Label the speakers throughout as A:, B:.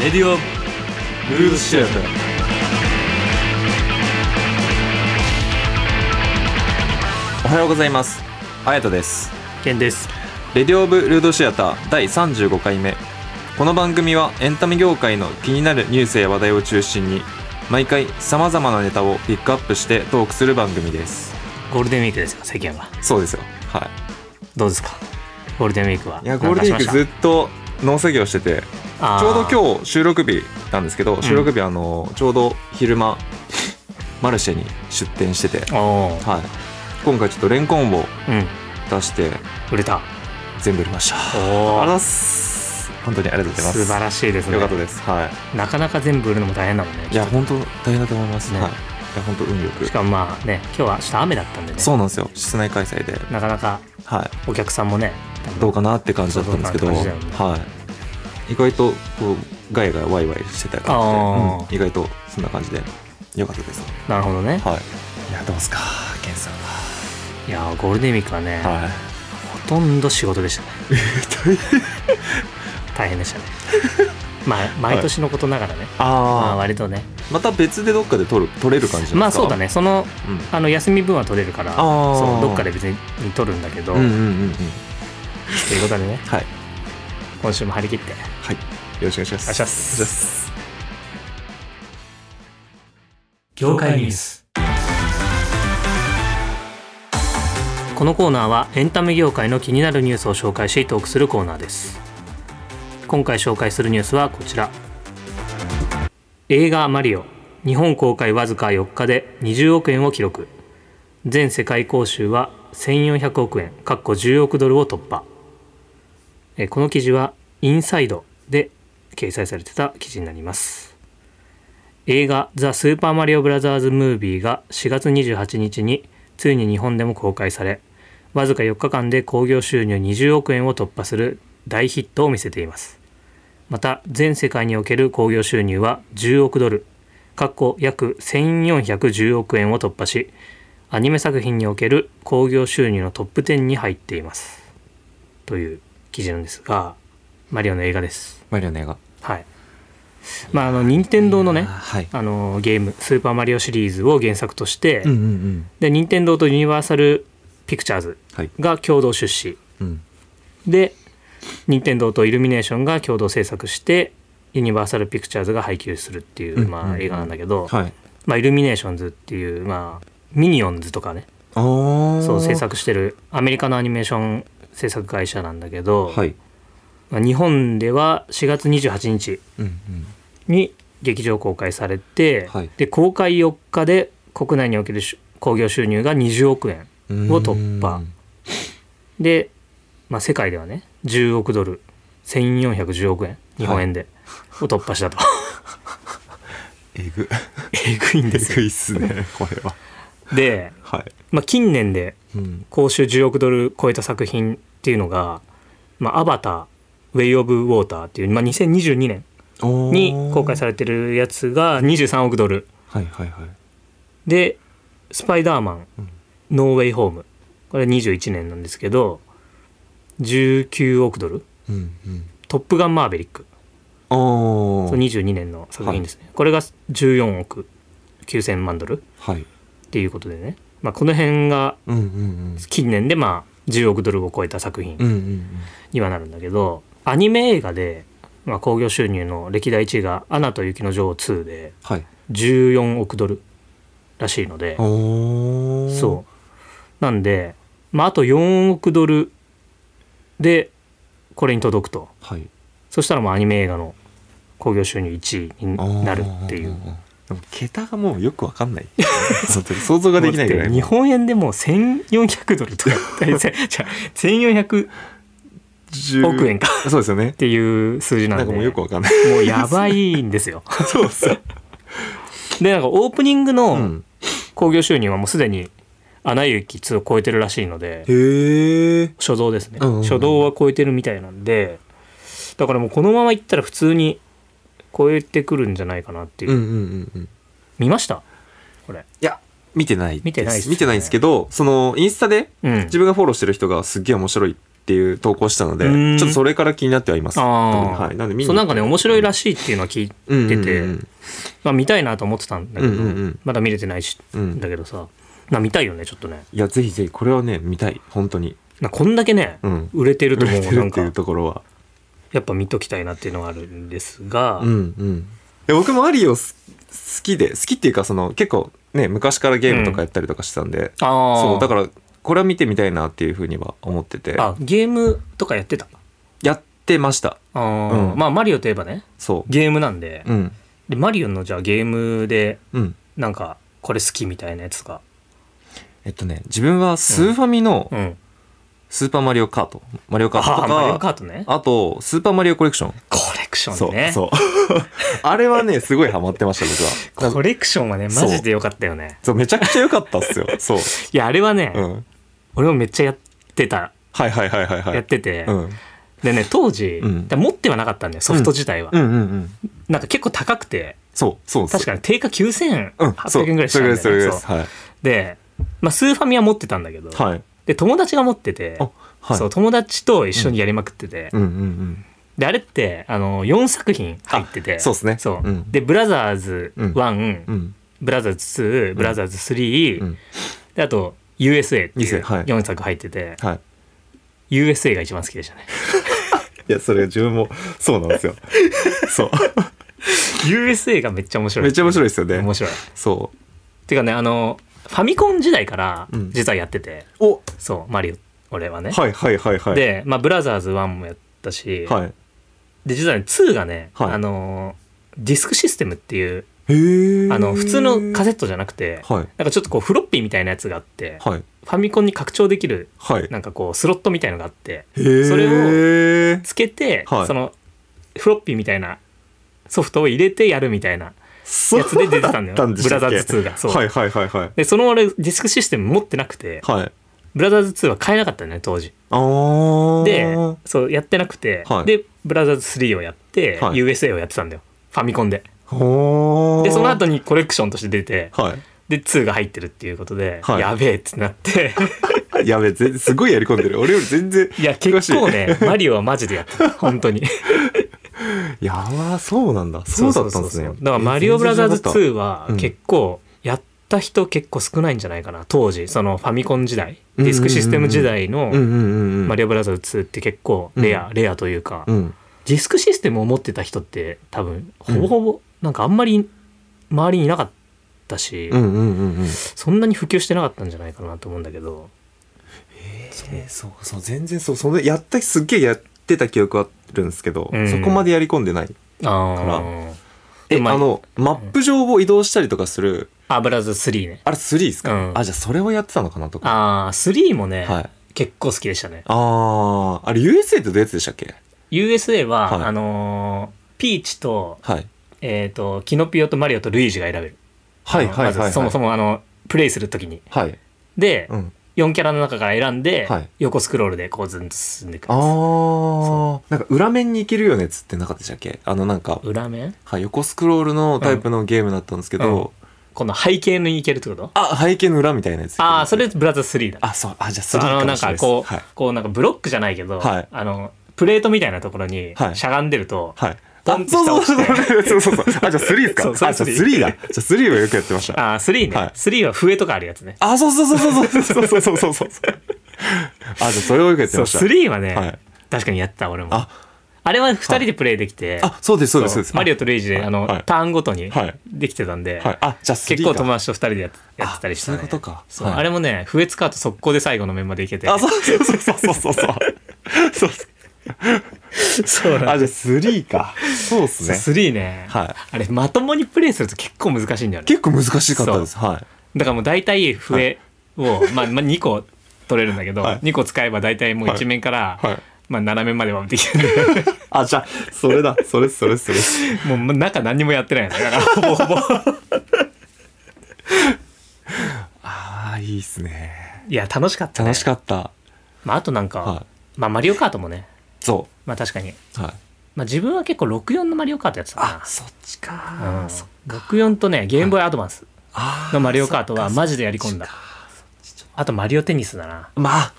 A: レディオブルースシアター
B: おはようございますあやとです
C: ケンです。
B: レディオブルードシアター第35回目この番組はエンタメ業界の気になるニュースや話題を中心に毎回さまざまなネタをピックアップしてトークする番組です
C: ゴールデンウィークですか、世間は。
B: そうですよは
C: どうですかゴールデンウィークは。
B: いいやゴールデンウィークずっと農作業しててちょう
C: 日。
B: ど今日収録日なんですけど収録日あの、ちょうど昼間マルシェに出店してて、
C: おー
B: はい、今回ちょっとレンコンを
C: うん。
B: 出して
C: 売れた。
B: 全部売りました
C: お
B: あら
C: ー
B: っす本当にありがとうございます
C: 素晴らしいですね。
B: よかったですはい
C: なかなか全部売るのも大変だもんね。
B: いや本当大変だと思いますね、
C: ね
B: はい、いや本当運よく
C: しかもまあね、今日は明日雨だったんでね。
B: そうなんですよ室内開催で、
C: なかなか
B: は
C: お客さんもね、
B: い、どうかなって感じだったんですけど
C: そうどうかなって感じだ
B: はい、意外とこうガヤガヤワイワイしてた
C: あ
B: 感
C: ー
B: じで、うん意外とそんな感じでよかったです
C: なるほどね。
B: はいいやどうですかケンさん
C: いやー、ゴールデンウィークはね、
B: ははい
C: ほとんど仕事でした ね。大変でしたね。まあ、毎年のことながらね、まあ
B: ああ
C: 割とね。
B: また別でどっかで撮る撮れる感じなんですか
C: まあそうだね、その
B: うん
C: あの休み分は取れるから
B: あー
C: そうどっかで別に取るんだけど、
B: うんうんうんうん
C: ということでね
B: はい
C: 今週も張り切って
B: はいよろしくお願いします
C: お願いします
B: お願いします
C: 業界ニュースこのコーナーはエンタメ業界の気になるニュースを紹介しトークするコーナーです今回紹介するニュースはこちら映画「マリオ」日本公開わずか4日で20億円を記録全世界興収は1400億円かっこ10億ドルを突破えーこの記事は「インサイド」で掲載されてた記事になります映画「ザ・スーパーマリオブラザーズ・ムービー」が4月28日についに日本でも公開されわずか4日間で興行収入20億円を突破する大ヒットを見せていますまた全世界における興行収入は10億ドルかっこ約1410億円を突破しアニメ作品における興行収入のトップ10に入っていますという記事なんですがマリオの映画です
B: マリオネが
C: はいまああの任天堂のね
B: はい
C: あのゲーム「スーパーマリオ」シリーズを原作として、
B: うんうんうん
C: で任天堂とユニバーサル・ピクチャーズ
B: はい
C: が共同出資
B: うん
C: で任天堂とイルミネーションが共同制作してユニバーサル・ピクチャーズが配給するっていう、
B: うん
C: ま
B: う
C: あ、
B: ん
C: 映画なんだけど、
B: はい
C: まあ、イルミネーションズっていう、まあ、ミニオンズとかね
B: ああ
C: そう制作してるアメリカのアニメーション制作会社なんだけど、
B: はい
C: まあ、日本では4月28日
B: うんうん
C: に劇場公開されて、
B: はい
C: で公開4日で国内におけるし興行収入が20億円を突破で、まあ、世界ではね10億ドル1410億円日本円で、を突破したと
B: えぐ
C: えぐいん
B: えぐいっすねこれは
C: で、
B: はい、
C: まあ、近年で
B: うん、
C: 公衆10億ドル超えた作品っていうのが「まあ、アバターウェイ・オブ・ウォーター」っていう、まあ、2022年に公開さ
B: れ
C: れてるやつが23億ドル
B: はいはいはい
C: で「スパイダーマン、
B: うん
C: ノーウェイホーム」これ21年なんですけど19億ドル
B: うんうん
C: 「トップガンマーベリック」
B: お
C: そう
B: ー
C: 22年の作品ですね、これが14億9000万ドル
B: はい
C: っていうことでね、まあ、この辺が
B: うんうん
C: 近年でまあ10億ドルを超えた作
B: うんう
C: 品
B: んうん
C: にはなるんだけど、アニメ映画で、まあ、興行収入の歴代1位が「アナと雪の女王2」で
B: はい
C: 14億ドルらしいので。
B: おー
C: そうなんで、まあ、あと4億ドルでこれに届くと
B: はい
C: そしたらもうアニメ映画の興行収入1位になるってい
B: あ
C: う
B: ーでも桁がもうよくわかんない 本当に想像ができないぐら
C: だ
B: い
C: って日本円でもう1400ドルとか 大体じゃあ1400っ
B: 10
C: 億円か
B: そうですよね
C: ていう数字なん
B: な
C: で
B: んかもうよくわかんない
C: もうやばいんですよ
B: そうそう
C: でなんかオープニング
B: う
C: の
B: ん
C: 興行収入はもうすでに「アナ雪2」を超えてるらしいので
B: へえ
C: 初動ですね、
B: うんうんうん
C: 初動は超えてるみたいなんでだからもうこのままいったら普通に超えてくるんじゃないかなっていう、
B: うんうんうんうん
C: 見ましたこれ
B: いや見てないです
C: 見てないっすよね
B: 見てないんですけどそのインスタで
C: うん
B: 自分がフォローしてる人がすっげえ面白いってっていう投稿したので、
C: うん
B: ちょっとそれから気になってはいます。
C: ああ、
B: はい。なんで見に
C: そうなんかね面白いらしいっていうのは聞い
B: うん
C: てて、
B: うんうん
C: まあ、見たいなと思ってたんだけど、
B: うんうんうん
C: まだ見れてないし、
B: うん
C: だけどさな見たいよねちょっとね
B: いや、ぜひぜひ、これはね、見たい。本当に。
C: なこんだけね、
B: うん
C: 売れてると
B: 売
C: 思
B: れ
C: う
B: て
C: な
B: る
C: ん
B: っていう
C: か
B: ところは。
C: やっぱ見ときたいなっていうのがあるんですが、
B: うんうん。いや僕もマリオす好きで、好きっていうか、その、結構ね、昔からゲームとかやったりとかしてたんで、
C: ああ
B: そう、だから、これは見てみたいなっていうふうには思ってて、
C: あゲームとかやってた
B: やってました。
C: あー、
B: うん
C: まあマリオといえばね
B: そう。
C: ゲームなんで,、
B: うん。
C: でマリオのじゃあゲームで
B: うん。
C: なんかこれ好きみたいなやつが
B: えっとね、自分はスーファミの
C: うん
B: スーパーマリオカート、マリオカートと
C: ああマリオ
B: か、
C: カートね
B: あと、スーパーマリオコレクション。
C: コレクションね
B: そう。 あれはね、すごいハマってました、僕は。
C: コレクションはねマジでよかったよね
B: そう、めちゃくちゃ良かったっすよ。そう。
C: いやあれ はね、
B: うん。
C: 俺もめっちゃやってた、
B: はいはいはいはいはい。
C: やってて、
B: うん。
C: でね当時、
B: うん
C: だから持ってはなかったんだよソフト自体は、
B: うんうんうん。
C: なんか結構高くて
B: そう、そう
C: 確か
B: に。
C: に定価
B: うん、そ
C: 9800
B: う。
C: 円ぐらいした
B: そ
C: ん
B: れぐら
C: だよね
B: いそれぐらいです。
C: そう
B: はい。
C: で、まあ、スーファミは持ってたんだけど、
B: はい。
C: で友達が持ってて、
B: あ、はい。
C: そう友達と一緒にやりまくってて、
B: うんうんうん。
C: であれってあの4作品入ってて
B: あそうっすね
C: そ
B: う
C: う
B: ん
C: でブラザーズ
B: うん
C: 1、
B: うん。
C: ブラザーズ2ブラザーズ3、
B: うん
C: であと USA っていう
B: USA はい
C: 4作入ってて、
B: はい。
C: USA が一番好きでしたね
B: いや、それ自分も、そうなん ですよ。そう。
C: USA がめっちゃ面白い
B: めっちゃ面白いですよ
C: 面
B: ね。
C: 白い
B: そ
C: てかねあのファミコン時代から
B: うん
C: 実はやってて、
B: う。お
C: そうマリオ俺はね、
B: はいはいはいはい。、
C: で、まあ、ブラザーズ1もやったし、
B: はい。
C: で実はね2がね、
B: はい
C: あのディスクシステムっていう
B: へえ。
C: あの普通のカセットじゃなくて、
B: はい。
C: なんかちょっとこうフロッピーみたいなやつがあって、
B: はい。
C: ファミコンに拡張できる
B: はい。
C: なんかこうスロットみたいのがあって
B: へえ。
C: そ
B: れを、
C: つけて、
B: はい
C: そのフロッピーみたいなソフトを入れてやるみたいな
B: そう
C: やつで出てたんだよ
B: だったでしたっけ
C: ブラザーズ2がそう
B: はいはいはいはい。
C: でその俺ディスクシステム持ってなくて
B: はい。
C: ブラザーズ2は買えなかったのね当時
B: あー。
C: でそうやってなくて、
B: はい
C: でブラザーズ3をやって、
B: はい
C: USA をやってたんだよファミコンで
B: ほー
C: でその後にコレクションとして出て
B: は
C: で2が入ってるっていうことで、
B: はい
C: やべえってなって
B: い。やべえ、ぜすごいやり込んでる。俺より全然。
C: いや結構ねマリオはマジでやっ てた本当に
B: やばーそうなんだ。そうだったんですね。
C: そうそうそうだから「マリオブラザーズ2」は
B: うん
C: 結構やった人結構少ないんじゃないかな当時そのファミコン時代ディスクシステム時代
B: う
C: の
B: んうんうんう
C: 「
B: ん。
C: マリオブラザーズ2」って結構レア、レアというか、
B: うん。
C: ディスクシステムを持ってた人って多分ほぼほぼなんかあんまり周りにいなかったし、
B: うんうんうんうん。
C: そんなに普及してなかったんじゃないかなと思うんだけど
B: えーそうそう、全然そう。そのやった、すっげえやってた記憶はあるんですけど、
C: うん
B: そこまでやり込んでない。
C: あ
B: え、
C: で
B: あ
C: まあ
B: の、マップ上を移動したりとかする、
C: あブラザーズ3ね
B: あれ3ですか、
C: うん
B: あ、じゃあそれをやってたのかなとか。
C: ああ3もね、
B: はい。
C: 結構好きでしたね
B: あー、あれ USA ってどういうやつでしたっけ
C: USA は、
B: はい
C: あのーピーチと,、
B: はい。
C: えー、とキノピオとマリオとルイージが選べる
B: はいはいはい、
C: ま
B: はい。
C: ずそもそ
B: も。
C: もあのプレイするときに
B: はい。
C: で、
B: うん。
C: 4キャラの中から選んで、
B: はい
C: 横スクロールでこうずんと進んでいく
B: あー、なんか裏面に行けるようなやつってなかったでしたっけあのなんか、
C: 裏面
B: はい、横スクロールのタイプのゲームだったんですけど、
C: うんうんこの背景にいけるってこと
B: あ、背景の裏みたいなやつ。
C: ああそれブラザー3だ
B: あ、そう、あ、じゃあそ
C: そう
B: れ
C: あ
B: か
C: のな
B: も
C: ん
B: しれない
C: か
B: です
C: こう、
B: はい。
C: こうなんかブロックじゃないけど、
B: はい
C: あのプレートみたいなところに
B: はい
C: しゃがんでると、
B: はい。
C: ポンと下落して
B: あそうそうそうそうそうそう。あ、じゃあ3ですか。
C: そうそれ
B: あ、じゃあ
C: 3
B: 3だ。じゃあ3はよくやってました。
C: ああ3ね、
B: はい
C: 3は笛とかあるやつね
B: あ、そうそうそうそうそうそうそうそうそうそう。あ、じゃあそれをよくやって
C: そう
B: ました。
C: 3はね、
B: はい
C: 確かにやってた俺もあ
B: あ
C: れは2人でプレイできて、
B: あ、そうですそうですそうです。
C: マリオとルイージで
B: はい
C: あの、
B: はい
C: ターンごとに
B: はい
C: できてたんで、
B: はい。あ、じゃあ3か
C: 結構友達と2人でやっやってたりした、ね、
B: あそういうことか
C: そう
B: はい
C: あれもね笛使うと速攻で最後の面までいけて
B: あ、そうそうそうそうそうそうそう。そう
C: そうなんだ
B: あ、じゃあ3か。そうっすね。
C: 3ね、
B: はい
C: あれまともにプレイすると結構難しいんだよね
B: 結構難しかったです。はい。
C: だからもう大体笛を、まあ、まあ2個取れるんだけど、
B: はい
C: 2個使えば大体もう1面から、
B: はいはい
C: まあ、斜めまではできる
B: あ、じゃあ、それだ。それっすそれっすそれっす。
C: もう中何にもやってないのだからほぼほぼ
B: あー、いいっすね。
C: いや楽しかったね
B: 楽しかった。
C: まあ、あとなんか、
B: はい
C: まあ、マリオカートもね
B: そ
C: まあ確かに、
B: う。はい。
C: まあ、自分は結構64のマリオカートやってた
B: あ
C: な、
B: そっち
C: う
B: か
C: ん。64とねゲームボーイアドバンス
B: あー
C: のマリオカートはマジでやり込んだ
B: そっかそっか
C: あとマリオテニスだな
B: まあ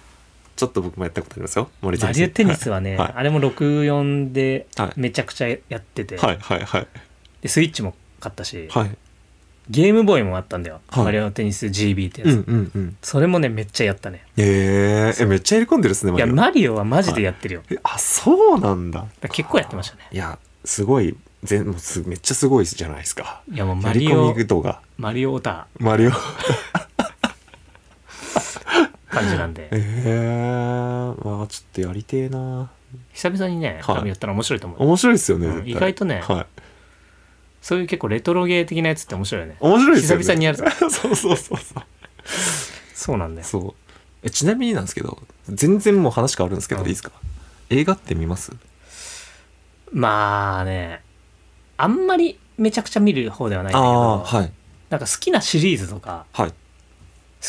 B: ちょっと僕もやったことありますよ森
C: マリオテニスはね、
B: はい
C: あれも64で
B: はい
C: めちゃくちゃやってて、
B: はいはいはい
C: でスイッチも買ったし、
B: はい
C: ゲームボーイもあったんだよ、
B: はい
C: マリオテニス GB ってや
B: う
C: つ、
B: んうんうん
C: それもねめっちゃやったね
B: えー、えめっちゃ入れ込んでるっすね
C: い
B: マリ
C: や
B: オ
C: マリオはマジでやってるよ、
B: えあそうなんだ
C: だから結構やってましたね
B: いやすごいぜもうすめっちゃすごいじゃないですか
C: いやもうマ
B: やり
C: リ
B: 込
C: オ
B: み度が
C: マリオオタ
B: マリオ
C: 感じなんで
B: えー、まあちょっとやりてえな
C: 久々にね、
B: はい
C: 多分やったら面白いと思う
B: 面白いですよね、
C: うん
B: 絶対
C: 意外とね
B: はい
C: そういう結構レトロゲー的なやつって面白いよね
B: 面白いですよね
C: 久々にやる
B: そうそうそうそう
C: そうなんだよ
B: そうえちなみになんですけど全然もう話変わるんですけど、
C: うん
B: いいですか映画って見ます
C: まあねあんまりめちゃくちゃ見る方ではないんだけど、
B: ああーはい
C: なんか好きなシリーズとか
B: はい
C: 好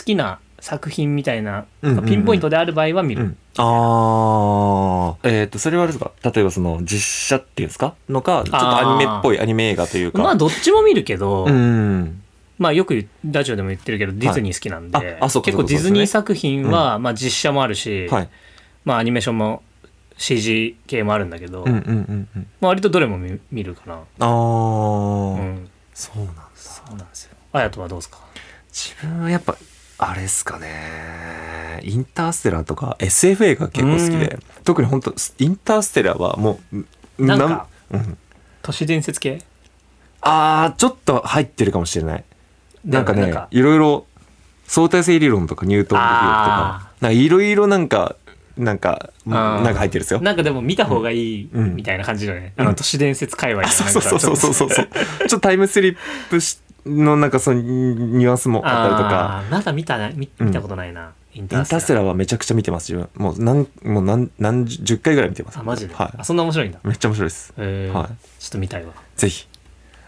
C: きな作品みたいな、
B: うんうんうん
C: ピンポイントである場合は見る、
B: うん、ああえっ、とそれはあれですか例えばその実写っていうんですかのかちょっとアニメっぽいアニメ映画というか
C: まあどっちも見るけど、
B: うん
C: まあよく言うラジオでも言ってるけどディズニー好きなんで、
B: はいああそうか
C: 結構
B: そうかそう
C: デ
B: で
C: ィ
B: す
C: ズ
B: ね
C: ニー作品は、まあ実写もあるし、
B: はい
C: まあアニメーションも CG 系もあるんだけど、
B: うんうん
C: ま
B: うんうん
C: あ、割とどれも見見るかな、
B: あ
C: う
B: あ、
C: ん
B: そうなんだ
C: そうなんですよあやとはどうですか
B: 自分はやっぱあれですかねインターステラーとか SF 映画結構好きで特に本当インターステラーはもう
C: なんか、
B: うん、
C: 都市伝説系
B: あーちょっと入ってるかもしれないなんかね
C: なんか
B: いろいろ相対性理論とかニュートン理論とか
C: あ
B: なんかいろいろなんかなんかなんか入ってるんですよ
C: なんかでも見た方がいい
B: うん
C: みたいな感じだよね、
B: うん
C: あの都市伝説界隈のなんか
B: そうそうそうそうそうそうちょっとタイムスリップしのなんかそのニュアンスもあったりとか
C: あーまだ見たな見見たことないな、イン
B: インターステ
C: ラ
B: ラーはめちゃくちゃ見てます、自分。もう何、もう何、何十十回ぐらい見てます。
C: あマジで、
B: は
C: あそんな面白いんだ
B: い。めっちゃ面白いです。
C: えー
B: はい
C: ちょっと見たいわ
B: ぜひ。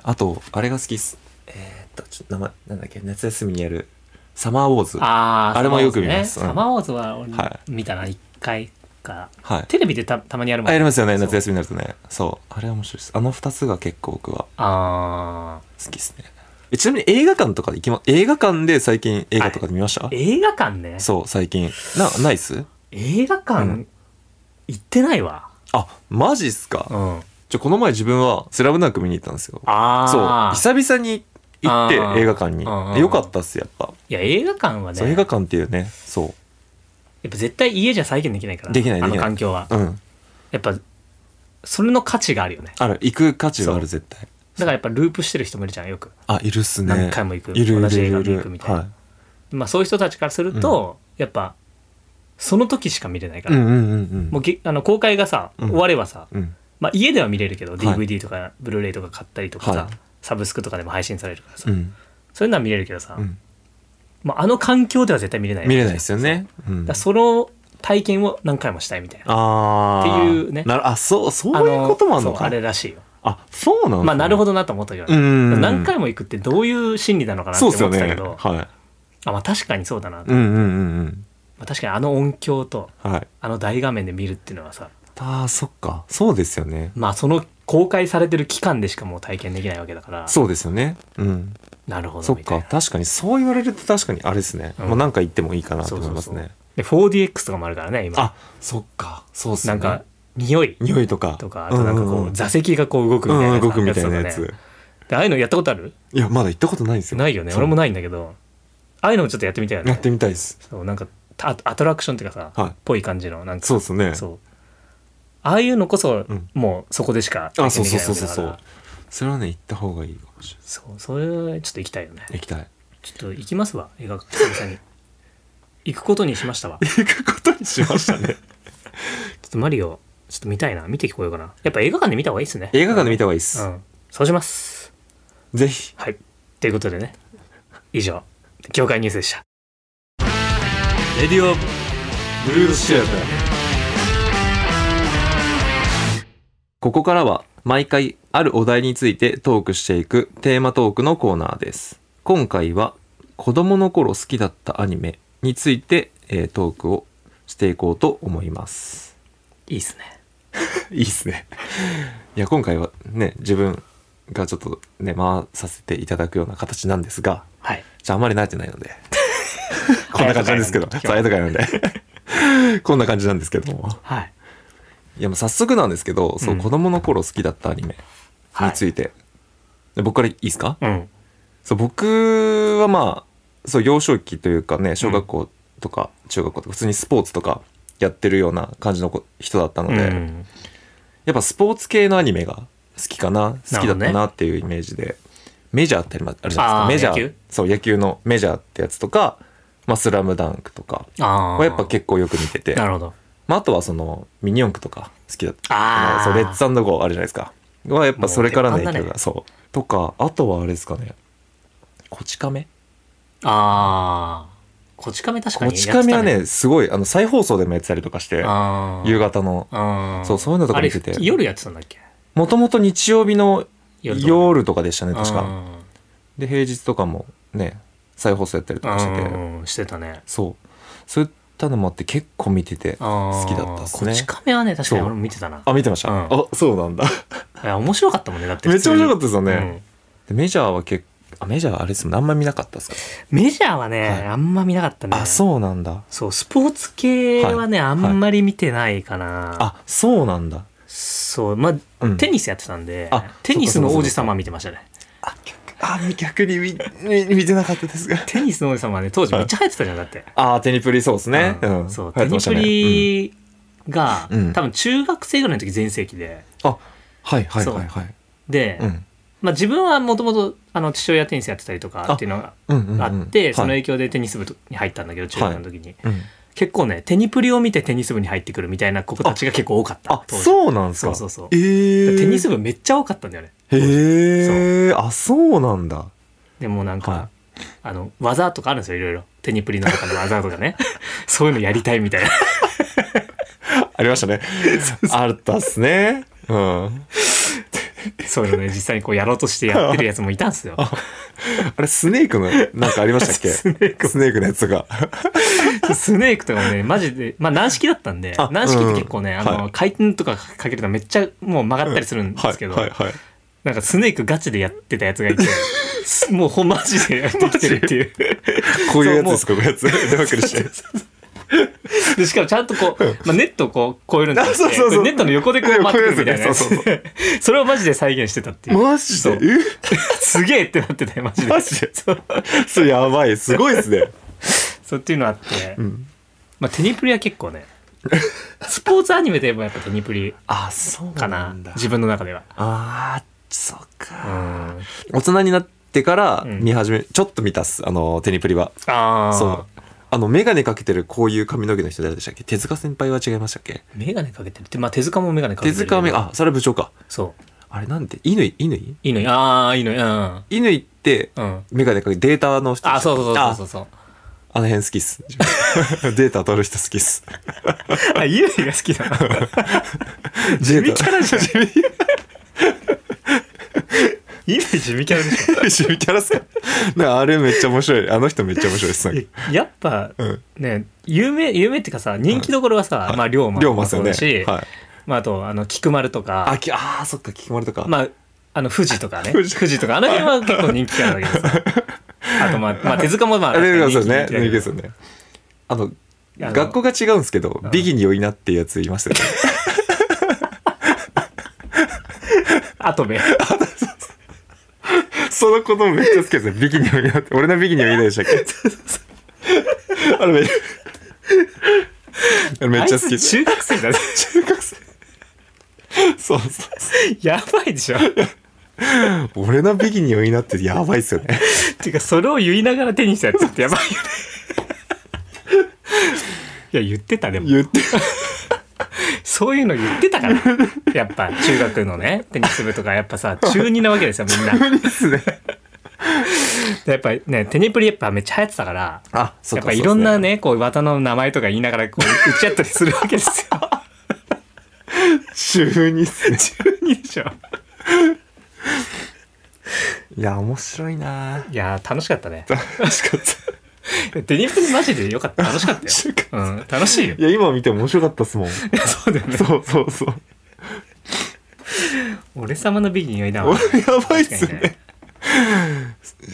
B: あと、あれが好きっす。えー、っと、ちょっと名前、なんだっけ、夏休みにやる、サマーウォーズ。は
C: あー
B: あれもよく見ますうん
C: サマーウォーズねサマーウォーズは
B: は
C: 俺見たな一回か
B: い。
C: テレビでたたまにやるもん
B: あ、やりますよね、夏
C: そう
B: 休みになるとね。そう。あれは面白いです。あの二つが結構僕は
C: あ
B: 好きですね。えちなみに映画館とかで行きま、映画館で最近映画とかで見ました
C: ー映画館ね
B: そう、最近。な、ないっす
C: 映画
B: う
C: 館
B: ん
C: 行ってないわ
B: あ、マジっすか、
C: うん
B: ちょ、この前自分は、スラムダンク見に行ったんですよ。
C: ああ
B: そう久々に行って
C: あー
B: 映画館に
C: うんうんうん
B: よかったっすやっぱ、
C: いや映画館はね
B: そう映画館っていうねそ
C: やっぱ絶対家じゃ再現できないから
B: できない
C: あ
B: で
C: の
B: きない
C: 環境は
B: ううん
C: やっぱそれの価値があるよね
B: ある行く価値はある絶対
C: だからやっぱループしてる人もいるじゃんよく
B: あいるっすね
C: 何回も行く
B: いるいる
C: 同じ映画
B: い
C: 見に
B: る
C: 行くみたいな
B: は
C: まあそういう人たちからすると、やっぱその時しか見れないか
B: う
C: ら、
B: んうんうんうん
C: もうげあの公開がさ、
B: うん
C: 終わればさ、
B: うん
C: まあ、家では見れるけど、
B: い
C: DVD とかブルーレイとか買ったりとかさ、
B: はい
C: サブスクとかでも配信されるからさ、
B: うん
C: そういうのは見れるけどさ、
B: うん
C: まあ、あの環境では絶対見れない
B: 見れないですよねうん
C: だからその体験を何回もしたいみたいな
B: ああ
C: っていうね
B: なるあそうそ
C: あ
B: ういうこともあるの
C: そう
B: か
C: あれらしいよ
B: あそうなん
C: まあなるほ
B: ど
C: どなと思ったけど、
B: うん
C: 何回も行くってどういう心理なのかなっ
B: そう
C: て思
B: っすよ
C: っ
B: ね
C: てたけど、
B: は
C: あまあ、確かにそうだな、
B: いうんうんうん
C: まあ、確かにあの音響と
B: うんはい
C: あの大画面で見るっていうのはさ
B: あーそっかそうですよね
C: まあその公開されてる期間でしかもう体験できないわけだから
B: そうですよねうん
C: なるほ
B: そ
C: ど
B: っ
C: みたい
B: か
C: な
B: 確かにそう言われると確かにあれですね、
C: うん
B: もう何か言ってもいいかなと
C: そう
B: 思い
C: そう
B: ます
C: そう
B: ね
C: で 4DX とかもあるからね今
B: あそっかそうっす
C: な
B: ね
C: んか匂い
B: 匂いとか
C: とかあとなんかこう座席がこう動くみ
B: うん
C: たい
B: うんうん
C: なやつ
B: 動くみたいなや
C: とか
B: つ
C: ねでああいうのやったことある
B: いやまだ行ったことないんですよ
C: ないよね
B: そう
C: 俺もないんだけどああいうのもちょっとやってみたいよ
B: や
C: ね
B: ってみたいです
C: そうなんかたアトラクションっていうかさ
B: はい
C: っぽい感じのなんか
B: そうですね
C: そうああいうのこそ
B: うん
C: もうそこでしか
B: あ
C: 体
B: そ
C: 験
B: う
C: でき
B: そう
C: ない
B: そ
C: わ
B: うそう
C: けだか
B: そう
C: ら
B: それはね行った方がいいかもしれ
C: そうそれちょっと行きたいよね
B: ない行きたい
C: ちょっと行きますわ映画館久々に 行くことにしましたわちょ
B: 行くことにしましたね
C: っとマリオちょっと見たいな見てこようかなやっぱ映画館で見た方がいいですね
B: 映画館で見た方がいいです、
C: うんそうします
B: ぜひ
C: はいということでね以上業界ニュースでした
A: レディオブルースシアター
B: ここからは毎回あるお題についてトークしていくテーマトークのコーナーです。今回は子供の頃好きだったアニメについて、えートークをしていこうと思います。
C: いいっすね
B: いいですね。 いや今回はね自分がちょっとね回させていただくような形なんですが
C: はい
B: じゃああまり慣れてないのでこんな感じなんですけど
C: あやとかいなんで
B: そうあやとかいなんで こんな感じなんですけども
C: はい
B: いやもう早速なんですけど、そう
C: うん
B: 子供の頃好きだったアニメについて、で僕からいいですか、
C: うん
B: そう僕はまあそう幼少期というかね小学校とか中学校とか普通にスポーツとかやってるような感じの子人だったの
C: う
B: で、
C: ん
B: やっぱスポーツ系のアニメが好きかな好きだったなっていうイメージで、メジャーってあるじゃないです
C: あ
B: か
C: ー
B: メジャー
C: 野球
B: そう野球のメジャーってやつとか「まあ、スラムダンクとか
C: ああ
B: はやっぱ結構よく見てて、
C: なるほど
B: まあ、あとはそのミニ四駆とか好きだった
C: あー
B: そうレッツゴーあるじゃないですかはやっぱそれからの影響
C: もう鉄
B: が、
C: 板だね
B: そうとかあとはあれですかねこち亀
C: ああこち亀確かに
B: こち亀はねすごいあの再放送でもやってたりとかして
C: ああ
B: 夕方の
C: ああ
B: そうそういうのとか
C: あれ
B: 見てて
C: 夜やってたんだっけ
B: もともと日曜日の
C: 夜とか
B: 夜とかでしたね確か
C: あ
B: で平日とかもね再放送やったりと
C: あ
B: かしてて
C: うんしてたね
B: そうそういったのもあって結構見てて
C: 好
B: 好きだったっすね
C: こち亀はね確かに
B: そう
C: 俺も見てたな
B: あ見てました、
C: うん
B: あそうなんだ
C: いや面白かったもんねだって
B: めっちゃ面白かったたですよね、でメジャーは結あメジャーはあれですもんねあんま見なかったですか、
C: メジャーはね、
B: はい
C: あんま見なかったね
B: あそうなんだ
C: そうスポーツ系はね、
B: はい
C: あんまり見てないかな、
B: あそうなんだ
C: そうまあ、
B: うん
C: テニスやってたんで
B: あ
C: テニスの王子様は見てましたね
B: あ逆あ逆に 見見見てなかったですが
C: テニスの王子様はね当時めっちゃ流行ってたじゃんだって、
B: あーテニプリそうですね、
C: うん
B: ん
C: そ
B: 流行っ
C: うテ
B: てま
C: ニ
B: した
C: プ
B: ね
C: リが、
B: うん
C: 多分中学生ぐらいの時全盛期で
B: うんあはいはいはいはい
C: で、
B: うん
C: まあ、自分はもともとあの父親テニスやってたりとかっていうのが
B: うんうんうん
C: あって、その
B: は
C: 影
B: い
C: 響でテニス部に入ったんだけど中学の時に、
B: うん
C: 結構ねテニプリを見てテニス部に入ってくるみたいな子たちが結構多かった
B: あ
C: 当時
B: そうなんですか
C: そうそうそう
B: えー、
C: テニス部めっちゃ多かったんだよね
B: へえあそうなん だ
C: でもなんか、
B: は
C: あの技とかあるんですよいろいろテニプリの中の技とかね そういうのやりたいみたいな
B: ありましたね あったっすねうん
C: そういうのね実際にこうやろうとしてやってるやつもいたんですよ
B: あれスネークのなんかありましたっけ
C: スネーク
B: スネークのやつが
C: スネークとかもねマジでまあ軟式だったんで
B: あ
C: 軟式って結構ね、
B: うん
C: あの
B: は
C: 回転とかかけるとめっちゃもう曲がったりするんですけど、
B: はいはいはい
C: なんかスネークガチでやってたやつが いてすもうほんマジでやってきてるっていう
B: こういうやつですかこういうやつ でばっかりして
C: でしかもちゃんとこう、まあ、ネットをこう越えるんじゃなくて
B: あそうそうそう
C: こネットの横でこう待ってくるみたいなやつ
B: こういうやつ
C: それをマジで再現してたっていう
B: マジ
C: そう
B: で
C: すげえってなってたよマジ
B: え
C: で
B: マジでそれやばいすごいですね
C: そうっていうのあって、
B: ん
C: まあ、テニプリは結構ねスポーツアニメといえばやっぱテニプリ
B: あそう
C: かな自分の中では
B: あーそっ
C: う
B: か
C: ん
B: 大人になってから
C: うん
B: 見始めちょっと見たっすあのテニプリは
C: ああ
B: そうあの眼鏡かけてるこういう髪の毛の人誰でしたっけ手塚先輩は違いましたっけ
C: 眼鏡かけてるって、まあ、手塚も眼鏡かけ
B: 手
C: てるけ
B: 塚
C: ど
B: めあそれは部長か
C: そう
B: あれなんて乾乾
C: いいのよああいいのよ
B: 乾って
C: うん、うん、
B: 眼鏡かけデータの人でしたっけ
C: あそうそうそうそう
B: あ
C: そう
B: あの辺好きっす データ取る人好きっ す
C: あゆうが好 きだな地味キャラ じゃん地味ゆう地味キャラ でし
B: 趣味キャラっすかなんかあれめっちゃ面白いあの人めっちゃ面白いっすなんか
C: ょやっぱ、
B: うん
C: ね有名有名っていうかさ人気どころはさ、まあ龍馬
B: 龍
C: も
B: 馬っす
C: そ
B: よ
C: う
B: ね
C: だし、
B: はい
C: まあ、あとあの菊丸とか
B: あきあーそっか聞き漏れとか、
C: まああの富士と かね富
B: 富
C: 士
B: 士
C: とかあの辺は結構人気キャラだけ どさあとまあ、まあ、手塚もまあ
B: あれがそうですね
C: 人気だけど
B: 人気ですよねあの
C: いやあの
B: 学校が違うんですけど
C: ん
B: ビギに良いなっていうやついましたよね
C: アトベ
B: その子供めっちゃ好きですねビギに良いなって俺のビギに良いなでしたっ けあれめっちゃめっちゃ好
C: あい
B: き
C: つ中学生だね
B: 中学生そうそうそう
C: やばい でしょ
B: 俺のビギに良いなってやばいっすよね
C: っていうかそれを言いながらテニスやってるってやばい よね いや言ってたでも
B: 言って
C: そういうの言ってたからやっぱ中学のねテニス部とかやっぱさ中二なわけですよみんな
B: ますね
C: やっぱねテニプリやっぱめっちゃ流行ってたから
B: あそ
C: やっぱいろん なねこう技の名前とか言いながらこう打ち合ったりするわけですよ
B: 中二っすね
C: 中二でしょ
B: いや面白いない
C: やー楽しかったね
B: 楽しかった
C: テニプリマジでよかった楽しか った
B: 中華
C: よ、うん、楽しいよ
B: いや今見ても面白かったっすもん
C: そうだよね
B: そうそうそう
C: 俺様のビギニーはいな
B: 俺やばいっす
C: 確かに
B: ね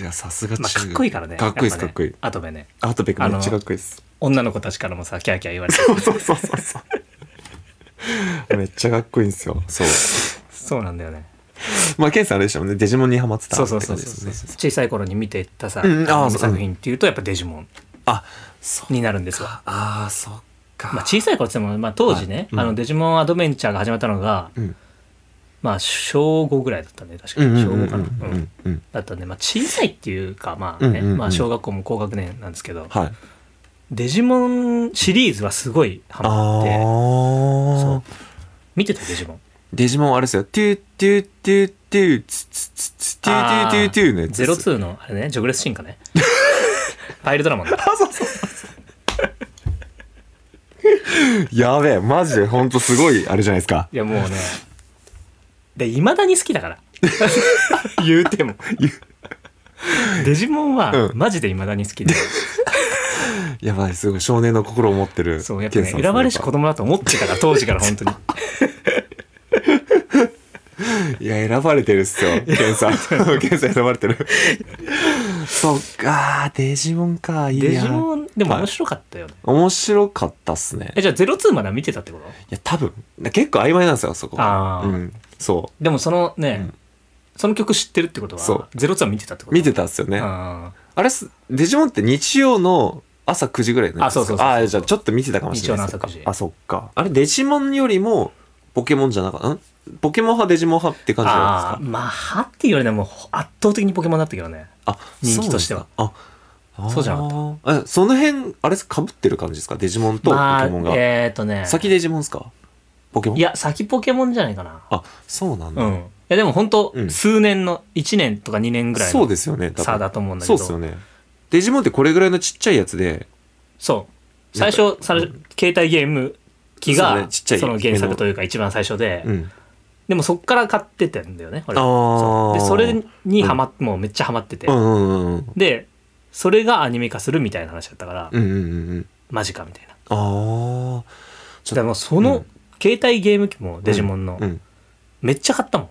B: いやさすが
C: まあ、かっ
B: 中
C: こいい
B: 学
C: からね
B: かっこいいです
C: やぱね
B: かっこいい
C: アトベね
B: アートベックめっちゃかっこいいです
C: 女の子たちからもさキャーキャー言われて
B: そうそうそうそうめっちゃかっこいいんですよそう
C: そうなんだよね
B: まあケンさんあれでしたもんねデジモンにハマってた
C: そうそう
B: って
C: そ
B: 感
C: う
B: じ
C: そ
B: で
C: う
B: すよね
C: 小さい頃に見てたさ、
B: うんあー
C: アニメ
B: そう
C: 作品っていうとやっぱデジモン
B: あそう
C: になるんですわ、
B: あーそっか
C: まあ、小さい頃って言っても、まあ、当時ね、
B: はいうん
C: あのデジモンアドベンチャーが始まったのが、
B: うん
C: まあ小5ぐらいだったんで確か
B: うんう
C: に
B: ん
C: 小
B: うんうん
C: 5か
B: う
C: な、うん
B: んうん
C: だったんで、まあ、小さいっていうかまあね、
B: うんうんうん
C: まあ、小学校も高学年なんですけど、
B: はい
C: デジモンシリーズはすごいハマってそ
B: あ
C: う
B: あ
C: 見てたデジモン
B: デジモンあれですよトゥートゥートゥートゥーツツツツトゥートゥートゥートゥーのやつです
C: ゼロツーのあれねジョグレス進化 ねパイルドラマンだ
B: やべえマジでほんとすごいあれじゃないですか
C: いやもうね でいまだに好きだから 言うても デジモンは
B: うん
C: マジでいまだに好きで、
B: やばいすごい少年の心を持ってる
C: そうやっぱ
B: ケン
C: ね
B: さん
C: 選ばれし子
B: や
C: 供だと思ってたから当時か ら本当に
B: っぱいや選ばれてるっすよケンさんケンさん選ばれてるそっかデジモンかいいや
C: デジモンでも
B: はい
C: 面白かったよね、
B: 面白かったっすね
C: えじゃあゼロツーまだ見てたってこと
B: いや多分結構曖昧なんですよそこ
C: あー
B: うん、そ
C: でもそのね、
B: うん
C: その曲知ってるってこと
B: そう
C: はゼロツーは見てたってこ
B: う
C: と
B: 見てたっすよね、
C: あ
B: あれっすデジモンって日曜の朝9時ぐらいのやつですか
C: あそうそうそうそう
B: あーじゃあちょっと見てたかもしれない
C: 日曜の朝9時
B: あそっかあれデジモンよりもポケモンじゃなかったんポケモン派デジモン派って
C: ー
B: 感じじゃないです
C: あ
B: か
C: ーまあ歯っていうよりねもう圧倒的にポケモンだったけどね
B: あ
C: 人気としては
B: そうなんだああー
C: そうじゃな
B: えその辺あれかぶってる感じですかデジモンとポケ
C: まあ
B: モンが、
C: えっ、ー、とね
B: 先デジモンですかポケモン
C: いや先ポケモンじゃないかな
B: あそうなんだ、
C: うんいやでも本当、
B: うん
C: 数年の1年とか2年ぐらい
B: そう
C: の
B: ですよね多分
C: 差だと思うんだけ
B: そう
C: ど
B: っすよねデジモンってこれぐらいのちっちゃいやつで
C: そう最初さ、携帯ゲーム機
B: そう
C: が
B: ねちっちゃい
C: その原作というか一番最初で、
B: うん
C: でもそっから買ってたんだよね俺
B: あー
C: そうでそれにハマっもうめっちゃハマってて、
B: うんうんうんうん
C: でそれがアニメ化するみたいな話だったから、
B: うんうんうんうん
C: マジかみたいな
B: ああちょ
C: でもその、
B: うん
C: 携帯ゲーム機もデジモンの、
B: うん、
C: めっちゃ買ったもん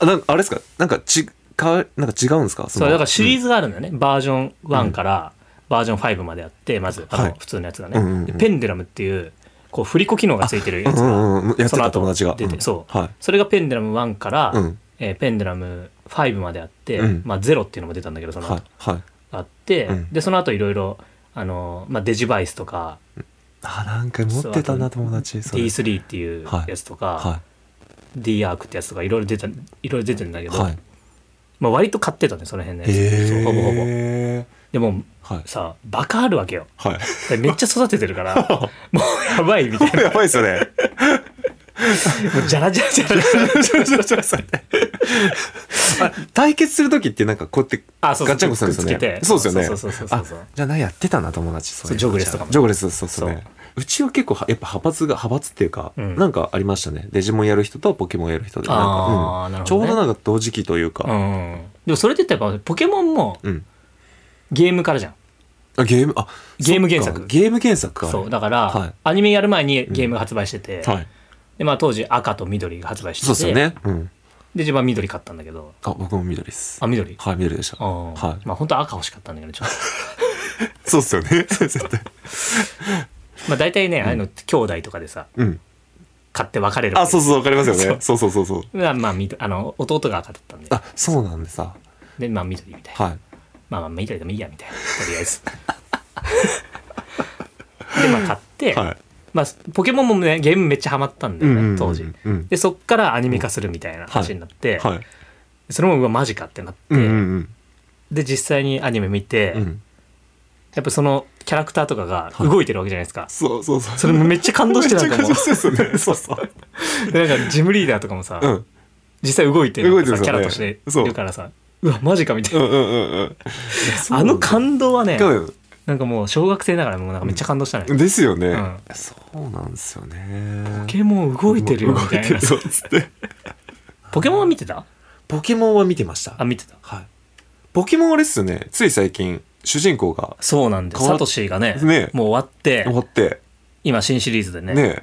B: あなんかあれですかなんかちかなんか違うんですか
C: そうだからシリー
B: ズ、
C: ズがあるんだよね、バージョン1からバージョン5まであってまずあ
B: はい
C: の普通のやつがね、
B: うんうんうん
C: でペンデラムっていうこう振り子機能がついてる
B: う
C: や
B: ん
C: つ
B: う
C: が、
B: んうんうん、やって
C: その
B: た
C: 後
B: 友達が
C: 出て
B: ん
C: そう
B: は
C: それがペンデラム1から、
B: い、うん、
C: えーペンデラム5まであって、
B: うん
C: まあ、0っていうのも出たんだけどその後、
B: はいはい
C: あって、
B: うん
C: でその後いろいろあの、まあ、デジバイスとか
B: あなんか持ってたな友達それ
C: D3 っていうやつとか、
B: は
C: D アークってやつとかいろいろ出たいろいろ出てるんだけ
B: い
C: ど、
B: はい
C: まあ、割と買ってたねその辺のやつ、そう
B: へ
C: ほぼほぼ
B: え
C: でも
B: はい
C: さバカあるわけよ
B: はい
C: でめっちゃ育ててるからもうやばいみ たいな
B: やばいっすよね
C: もうジャラジャラジャラジャラジャラジャラジャラジャラ
B: あ対決する時ってなんかこうやって
C: あそうそう
B: ガチャンコするんですよね
C: くっつけて
B: そうですよね
C: そうそうそうそうそう
B: あじゃあ何やってたな友達そうい
C: そうジョグレスとかも
B: ジョグレスそうそうね
C: そう
B: ちは結構はやっぱ派閥が派閥っていうか、
C: うん
B: なんかありましたねデジモンやる人とポケモンやる人でなんか、
C: あー
B: うん
C: なる
B: ちょう
C: ほどね
B: どなんか同時期という か、
C: うんでもそれって言ったらやっぱポケモンも
B: うん
C: ゲームからじゃん
B: あゲームあ
C: ゲーム
B: そっか
C: 原作
B: ゲーム原作か
C: そうだから、
B: はい
C: アニメやる前にゲームが発売してて、
B: はい
C: でまあ、当時赤と緑が発売して
B: そ
C: て
B: うですよねうん
C: で自分は緑買ったんだけど
B: あ僕も緑です
C: あ緑
B: はい緑でした
C: うん
B: はい
C: まあ本当は赤欲しかったんだけどちょっと
B: そうっすよね 絶対
C: まあ大体ね、ああいうのって兄弟とかでさ
B: うん
C: 買って別れる
B: あそう
C: そ
B: そうわかりますよねそうそうそうそう
C: うまあ、まあ、みあの弟が赤だったんで
B: あそうなんでさ
C: でまあ緑みたいな、
B: はい
C: まあまあ緑でもいいやみたいなとりあえず でまあ買って、
B: はい
C: まあ、ポケモンもねゲームめっちゃハマったんだよね、
B: うんうんうんうん
C: 当時でそっからアニメ化するみたいな話になって、
B: はい
C: それもうわマジかってなって、
B: うんうん
C: で実際にアニメ見て、
B: うんうん
C: やっぱそのキャラクターとかが動いてるわけじゃないですか、
B: そうそうそう
C: それめっちゃ感動してた と
B: めっちゃ感動
C: 思
B: してたっすよねそうそう
C: うでなんかジムリーダーとかもさ、
B: うん
C: 実際動いてる
B: 動いてるん
C: さ
B: です
C: キ
B: よ
C: ャラ
B: ね
C: として
B: そう
C: いるからさうわマジかみたいな
B: うんうんうんうん
C: あの感動はね
B: そうなんだ
C: なんかもう小学生ながらもうなんかめっちゃ感動したね、
B: ですよね
C: うん
B: そうなんですよね
C: ポケモン動いてるよみたい
B: 動
C: な
B: てるよっつって
C: ポケモンは見てた
B: ポケモンは見てました
C: あ見てた
B: はい。ポケモンあれっすよね。つい最近、主人公が
C: そうなんだよ
B: 変わ
C: サ
B: っ
C: トシがね
B: ね
C: もう終わって
B: 終わって、
C: 今新シリーズでね
B: ね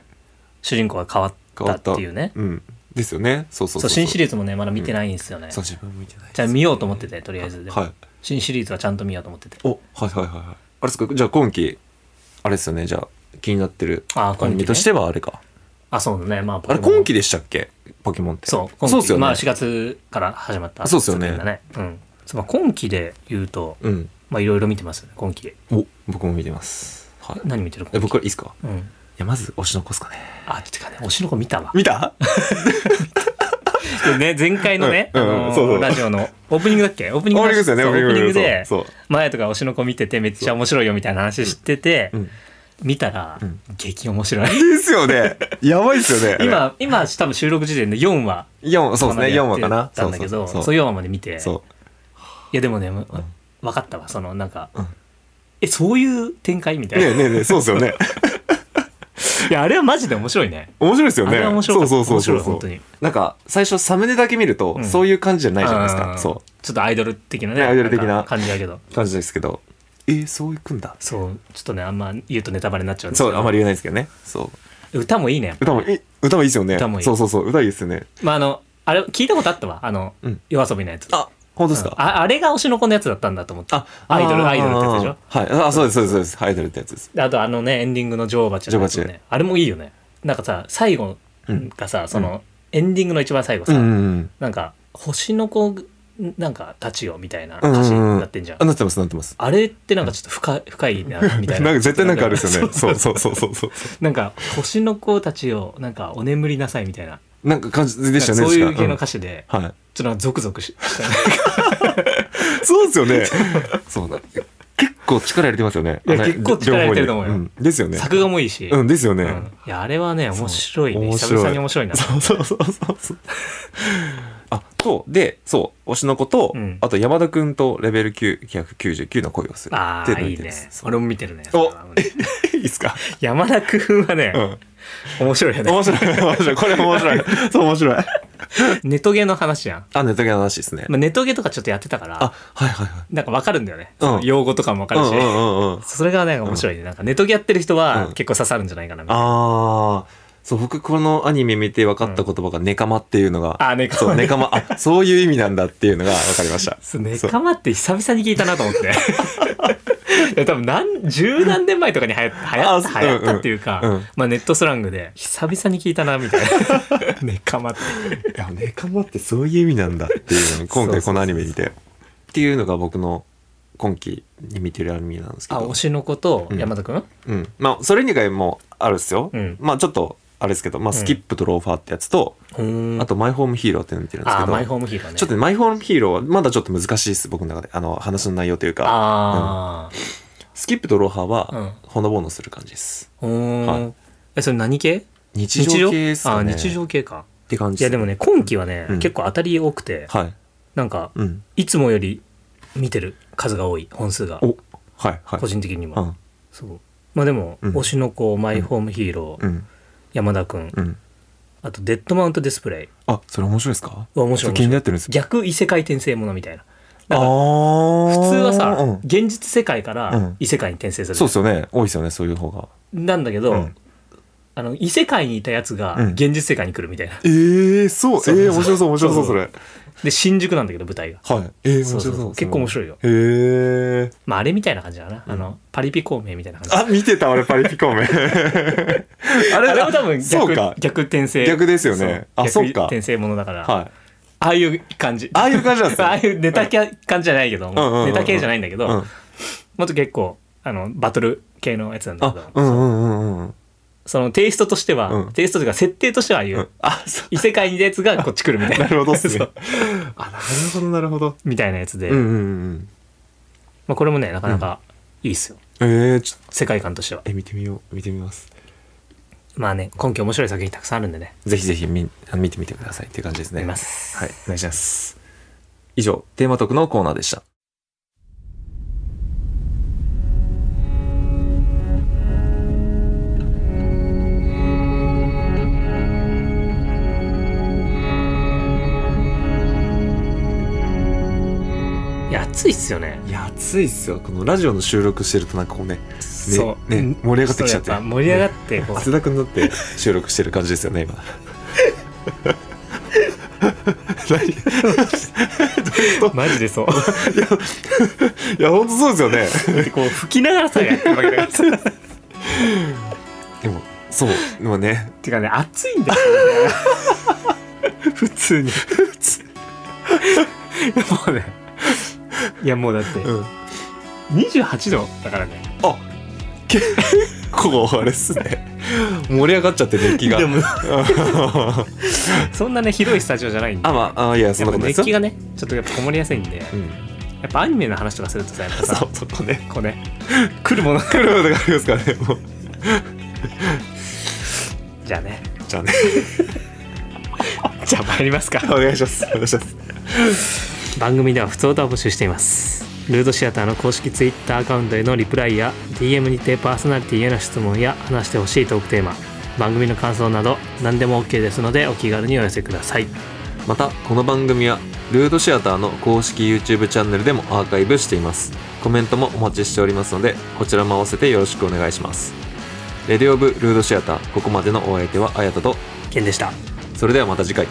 C: 主人公が変わったっていうね
B: うん。ですよね。そうそう
C: そう新シ
B: リー
C: リーズもねまだ見てないんですよね、
B: そう、自分も見てないです。
C: じゃあ見ようと思っててとりあえずでも
B: はい。
C: 新シリーズはちゃんと見ようと思ってて
B: おはいはいはいはいあれですかじゃあ今期あれですよねじゃあ気になってる
C: あー
B: アニメとしてはあれか
C: あそうだねまあ
B: あれ今期でしたっけポケモンって
C: そう今期
B: そうっすよね、
C: まあ4月から始まった
B: そうっすよね
C: 作品だねうんそうまあ今期で言うと
B: うん
C: まあいろいろ見てますよね今期で
B: お僕も見てますはい
C: 何見てる
B: え
C: 今期
B: 僕からいいですか
C: うん
B: いやまず推しの子っすかね
C: あてかね推しの子見たわ
B: 見た
C: ね前回のね
B: う
C: あ
B: んうん
C: の
B: そうそう
C: ーラジオのオープニングだっけオープニン
B: オ
C: グ
B: ープニングで
C: の
B: すよね
C: そうオープニングで
B: そうそう
C: 前とか推しの子見ててめっちゃ面白いよみたいな話してて
B: うん
C: 見たら
B: うん
C: 激面白い
B: ですよね やばいですよねあれ
C: 今今多分収録時点で4話
B: 四そうですね4話か
C: やっ
B: な
C: てたんだけ
B: そ
C: どそうう
B: そう
C: 4話まで見て
B: そう
C: いやでもね、わ分かったわそのなんか、
B: うん
C: えそういう展開みたい
B: ね
C: な、
B: えねえねえそうですよ ね
C: いやあれはマジで面白いね
B: 面白いですよね
C: あれは面白かった
B: そうそうそうそう
C: 面白い本当に
B: なんか最初サムネだけ見ると、
C: うん
B: そういう感じじゃないじゃないです
C: う
B: か
C: ん
B: そ
C: ちょっとアイドル的なね
B: ねアイドル的なん
C: か感じだけど
B: う感じですけどえー、そういくんだ
C: そうちょっとねあんま言うとネタバレになっちゃうんですけ
B: そ
C: ど
B: うあまり言えないですけどねそう
C: 歌もいいね
B: 歌もいい歌もいいですよね
C: 歌もいい
B: そうそうそう歌いいですよね
C: まああのあれ聞いたことあったわあの、
B: うん
C: 夜遊びのやつ
B: あ本当です
C: うん
B: か、
C: ああれが推しの子のやつだったんだと思ってアイドル
B: あー
C: アイドルってやつでしょ
B: はいあそうですそうですそうですアイドルってやつです
C: であとあのねエンディングの女王蜂のやつも
B: 女王
C: ねあれもいいよねなんかさ最後がさ、そのエンディングの一番最後
B: う
C: さ、
B: んうん
C: なんか「星の子なんかたちよ」みたいな
B: うんうん
C: 歌詞になってんじゃん、
B: あなってますなってます
C: あれってなんかちょっと深い深いな みたいな
B: なんか絶対なんかあるですよね
C: そ
B: そうう
C: そう
B: そうそうそうそう
C: なんか「星の子たちよなんかお眠りなさい」みたいな
B: なんか感じでしたね
C: なんかそうい
B: 確
C: う
B: か
C: 系の歌詞で、
B: うんはい
C: ちょっとなんかゾクゾクしした、
B: そうですよ ね。そうだ。結構力入れてますよね。
C: いや
B: あの
C: 結構力入れてると思うよ
B: 両方にんですよ ね。
C: 作画もいいし、
B: うん、ですよね。
C: うんいやあれはね面白いね
B: そう
C: 久々に面白いな
B: そうそうそうそうそう。あ、と、で、そう、推しの子と、
C: うん
B: あと山田くんとレベル999の恋をする。
C: あ
B: って
C: あ
B: うのを
C: い
B: 見
C: い
B: てま
C: ね
B: すそう
C: 俺も見てるね
B: お
C: それはもうね
B: いいですか
C: 山田君はね
B: う、ん。
C: 面白いよね
B: 面白い、面白い。これ面白い。 そう、面白い。
C: ネトゲの話やん、
B: あ、ネトゲの話ですね。
C: まあ、ネトゲとかちょっとやってたから
B: あ、はいはいはい。
C: なんかわかるんだよね。
B: うん
C: その用語とかもわかるし。
B: うんうんうんうん。
C: それがね、面白いね。なんかネトゲやってる人
B: う
C: は
B: ん
C: 結構刺さるんじゃないかなみたいな。
B: ああ、そう、僕このアニメ見て分かった言葉がネカマっていうのが、
C: あネカマ
B: そう、ネ カマ、あ、そういう意味なんだっていうのが分かりました。
C: そうネカマって久々に聞いたなと 思って。いや多分何十何年前とかに流行った流行った
B: あ
C: 流行ったっていうか、
B: うんうん
C: まあ、ネットスラングで久々に聞いたなみたい なネカマって
B: いや、ネカマってそういう意味なんだっていう のを今
C: そうそう
B: 回
C: そ
B: こ
C: う
B: のアニメ見て。っていうのが僕の今期に見てるアニメなんですけ
C: あ
B: ど
C: 推。しの子と
B: うん
C: 山田君、ん、
B: うん。まあ、それ以外もあるっすよ。
C: うん
B: まあ、ちょっと、あれですけど、まあ、
C: ん
B: スキップとローファーってやつと、あと、マイホームヒーローっていうの見てるんですけ
C: あ
B: ど、
C: マイホームヒーローね
B: ちょっとねマイホームヒーローはまだちょっと難しいです、僕の中で。あの、話の内容というか、
C: あ
B: スキップとローファー
C: うん
B: は、ほのぼのする感じです。
C: ーうん
B: はい
C: えそれ何系
B: 日常系ですかね。
C: あー日常系か
B: って感じ
C: いやでもね今期はね、
B: うん
C: 結構当たり多くて、
B: はい
C: なんか
B: うん
C: いつもより見てる数が多い本数が
B: おはいはい
C: 個人的にも、
B: うん
C: そうまあでも、
B: うん
C: 推しの子マイホームヒーロー、
B: うん
C: 山田君、ん、
B: うん
C: あとデッドマウントディスプレイ
B: あそれ面白いですか
C: は面白い
B: 気になってるんですよ
C: 逆異世界転生ものみたいな
B: あ
C: だから
B: ー
C: 普通はさ、
B: うん
C: 現実世界か
B: う
C: ら
B: ん
C: 異世界に転生する、
B: そうですよね多いですよねそういう方が
C: なんだけど、
B: うん
C: あの異世界にいたやつが
B: うん
C: 現実世界に来るみたいな、
B: ええそう
C: そう
B: ええ面白そう面白そう
C: そ
B: そうれはい
C: で新宿なんだけど舞台が、
B: ええ面
C: そ
B: 白そ
C: うそうう
B: そ
C: そうう結構面白いよ
B: へえ
C: まああれみたいな感じだな、あのパリピ孔明みたいな感じ
B: あ見てた俺パリピ 孔明あれ
C: あれも多分
B: そ
C: 逆
B: うか
C: 逆転生
B: 逆ですよねあ
C: 逆
B: そうか
C: 転生ものだから、あ
B: はい
C: あいう感じ
B: ああいう感じなんですね
C: ああいうネタ系感じじゃないけど、
B: うんうんうん
C: ネタ系じゃないんだけど、
B: うん
C: もっと結構あのバトル系のやつなんだけ
B: あ
C: ど、
B: うんうんうんうん
C: そのテイストとしては、
B: うん
C: テイストというか設定としてはああいう、
B: うんあそう
C: 異世界にいたやつがこっち来るみたい な
B: なるほどっすね
C: そう
B: あなるほどなるほど
C: みたいなやつで、
B: うんうん
C: まあ、これもねなかなかいいっすよ、
B: うんええちょっと
C: 世界観としては
B: え見てみよう見てみます
C: まあね今期面白い作品たくさんあるんでね
B: ぜひぜひ見見てみてくださいっていう感じですね。
C: 見ます
B: はい、お願いします。以上、テーマトークのコーナーでした。
C: いや暑いっすよね
B: いや、暑いっすよ。このラジオの収録してるとなんかこうね、
C: そう
B: ねね盛り上がってきちゃって
C: そうやぱ盛り上がってこう
B: 汗だくになって収録してる感じですよね、今。
C: マジでそう
B: いや本当そうです よね
C: こう吹きながらさやってるわけだから
B: でもそうでもね
C: てかね暑いんだよ、ね、普通にいやもうねいやもうだって、
B: うん
C: 28度だからね
B: あ結構あれっすね盛り上がっちゃって熱気が
C: でもそんなね広いスタジオじゃないんで
B: あまああいやそん
C: や
B: なこと
C: っぱ
B: ないです
C: 熱気
B: よ
C: がねちょっとやっぱこもりやすいんで、
B: うん
C: やっぱアニメの話とかするとさやっぱ
B: そ
C: さ
B: うそこね
C: こうね来るものが
B: 来ることがありますからねもう
C: じゃあね
B: じゃあね
C: じゃあ参りますか
B: お願いしますお願いします
C: 番組では普通歌を募集していますルードシアターの公式ツイッターアカウントへのリプライや DM にてパーソナリティへの質問や話してほしいトークテーマ番組の感想など何でも OK ですのでお気軽にお寄せください
B: またこの番組はルードシアターの公式 YouTube チャンネルでもアーカイブしていますコメントもお待ちしておりますのでこちらも合わせてよろしくお願いしますレディオブルードシアターここまでのお相手はあやとと
C: ケンでした
B: それではまた次回